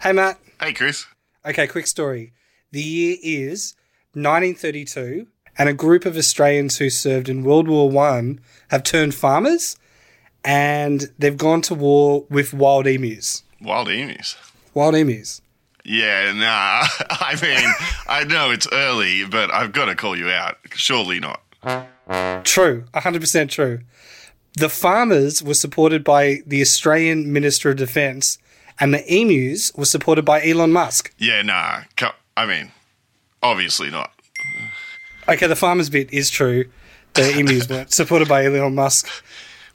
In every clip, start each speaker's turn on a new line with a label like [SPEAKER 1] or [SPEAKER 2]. [SPEAKER 1] Hey, Matt.
[SPEAKER 2] Hey, Chris.
[SPEAKER 1] Okay, quick story. The year is 1932, and a group of Australians who served in World War One have turned farmers, and they've gone to war with wild emus.
[SPEAKER 2] Wild emus.
[SPEAKER 1] Wild emus.
[SPEAKER 2] Yeah, nah. I mean, I know it's early, but I've got to call you out. Surely not.
[SPEAKER 1] True, 100% true. The farmers were supported by the Australian Minister of Defence, and the emus were supported by Elon Musk.
[SPEAKER 2] Yeah, nah. Co- I mean, obviously not.
[SPEAKER 1] Okay, the farmers bit is true. The emus weren't supported by Elon Musk.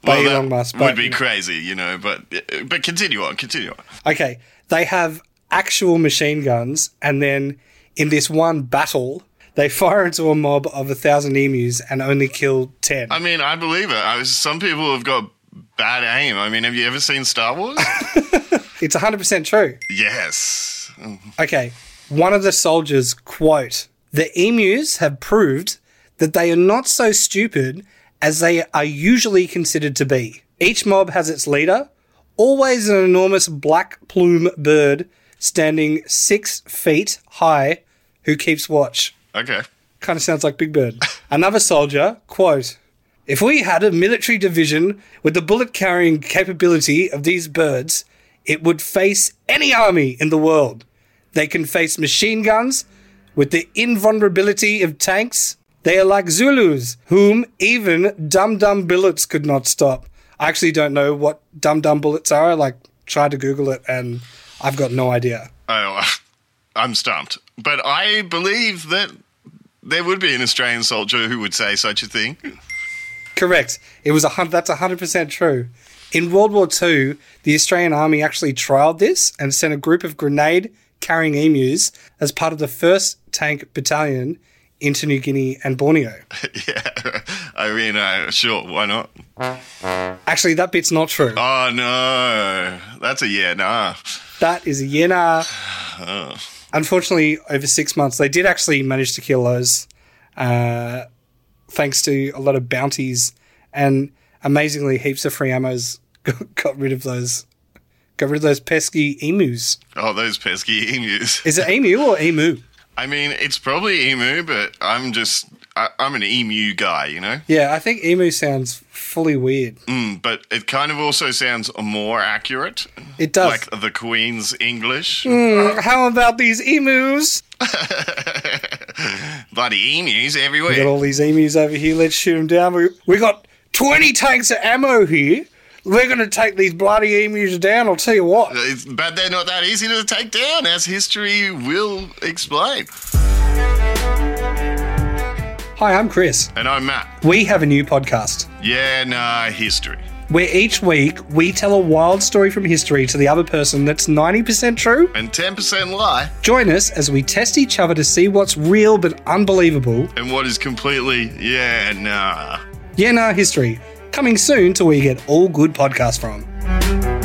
[SPEAKER 1] By
[SPEAKER 2] Well, that
[SPEAKER 1] Elon Musk,
[SPEAKER 2] would
[SPEAKER 1] but
[SPEAKER 2] be crazy, you know. But but continue on, continue on.
[SPEAKER 1] okay, they have actual machine guns, and then in this one battle, they fire into a mob of a thousand emus and only kill ten.
[SPEAKER 2] I mean, I believe it. I was, some people have got bad aim. I mean, have you ever seen Star Wars?
[SPEAKER 1] It's 100% true.
[SPEAKER 2] yes.
[SPEAKER 1] Okay, one of the soldiers quote: "The emus have proved that they are not so stupid as they are usually considered to be. Each mob has its leader, always an enormous black plume bird standing six feet high, who keeps watch."
[SPEAKER 2] Okay.
[SPEAKER 1] Kind of sounds like Big Bird. Another soldier, quote, If we had a military division with the bullet carrying capability of these birds, it would face any army in the world. They can face machine guns with the invulnerability of tanks. They are like Zulus, whom even dum dum bullets could not stop. I actually don't know what dum dum bullets are. I like tried to Google it and I've got no idea.
[SPEAKER 2] Oh, I'm stumped. But I believe that there would be an Australian soldier who would say such a thing.
[SPEAKER 1] Correct. It was a hundred. That's hundred percent true. In World War II, the Australian Army actually trialled this and sent a group of grenade-carrying emus as part of the first tank battalion into New Guinea and Borneo.
[SPEAKER 2] yeah. I mean, uh, sure, why not?
[SPEAKER 1] Actually, that bit's not true.
[SPEAKER 2] Oh, no. That's a yeah, nah.
[SPEAKER 1] That is a Yena. Unfortunately, over six months, they did actually manage to kill those, uh, thanks to a lot of bounties and amazingly heaps of free ammos got, got rid of those, got rid of those pesky emus.
[SPEAKER 2] Oh, those pesky emus.
[SPEAKER 1] Is it emu or emu?
[SPEAKER 2] I mean, it's probably emu, but I'm just, I, I'm an emu guy, you know?
[SPEAKER 1] Yeah, I think emu sounds fully weird.
[SPEAKER 2] Mm, but it kind of also sounds more accurate.
[SPEAKER 1] It does.
[SPEAKER 2] Like the Queen's English.
[SPEAKER 1] Mm, How about these emus?
[SPEAKER 2] Bloody emus everywhere.
[SPEAKER 1] We got all these emus over here. Let's shoot them down. We, we got 20 tanks of ammo here. We're going to take these bloody emus down. I'll tell you what.
[SPEAKER 2] It's, but they're not that easy to take down, as history will explain.
[SPEAKER 1] Hi, I'm Chris.
[SPEAKER 2] And I'm Matt.
[SPEAKER 1] We have a new podcast
[SPEAKER 2] Yeah, nah, history.
[SPEAKER 1] where each week we tell a wild story from history to the other person that's 90% true.
[SPEAKER 2] And 10% lie,
[SPEAKER 1] Join us as we test each other to see what's real but unbelievable.
[SPEAKER 2] and what is completely, yeah, nah.
[SPEAKER 1] Yeah, nah, history. Coming soon to where you get all good podcasts from.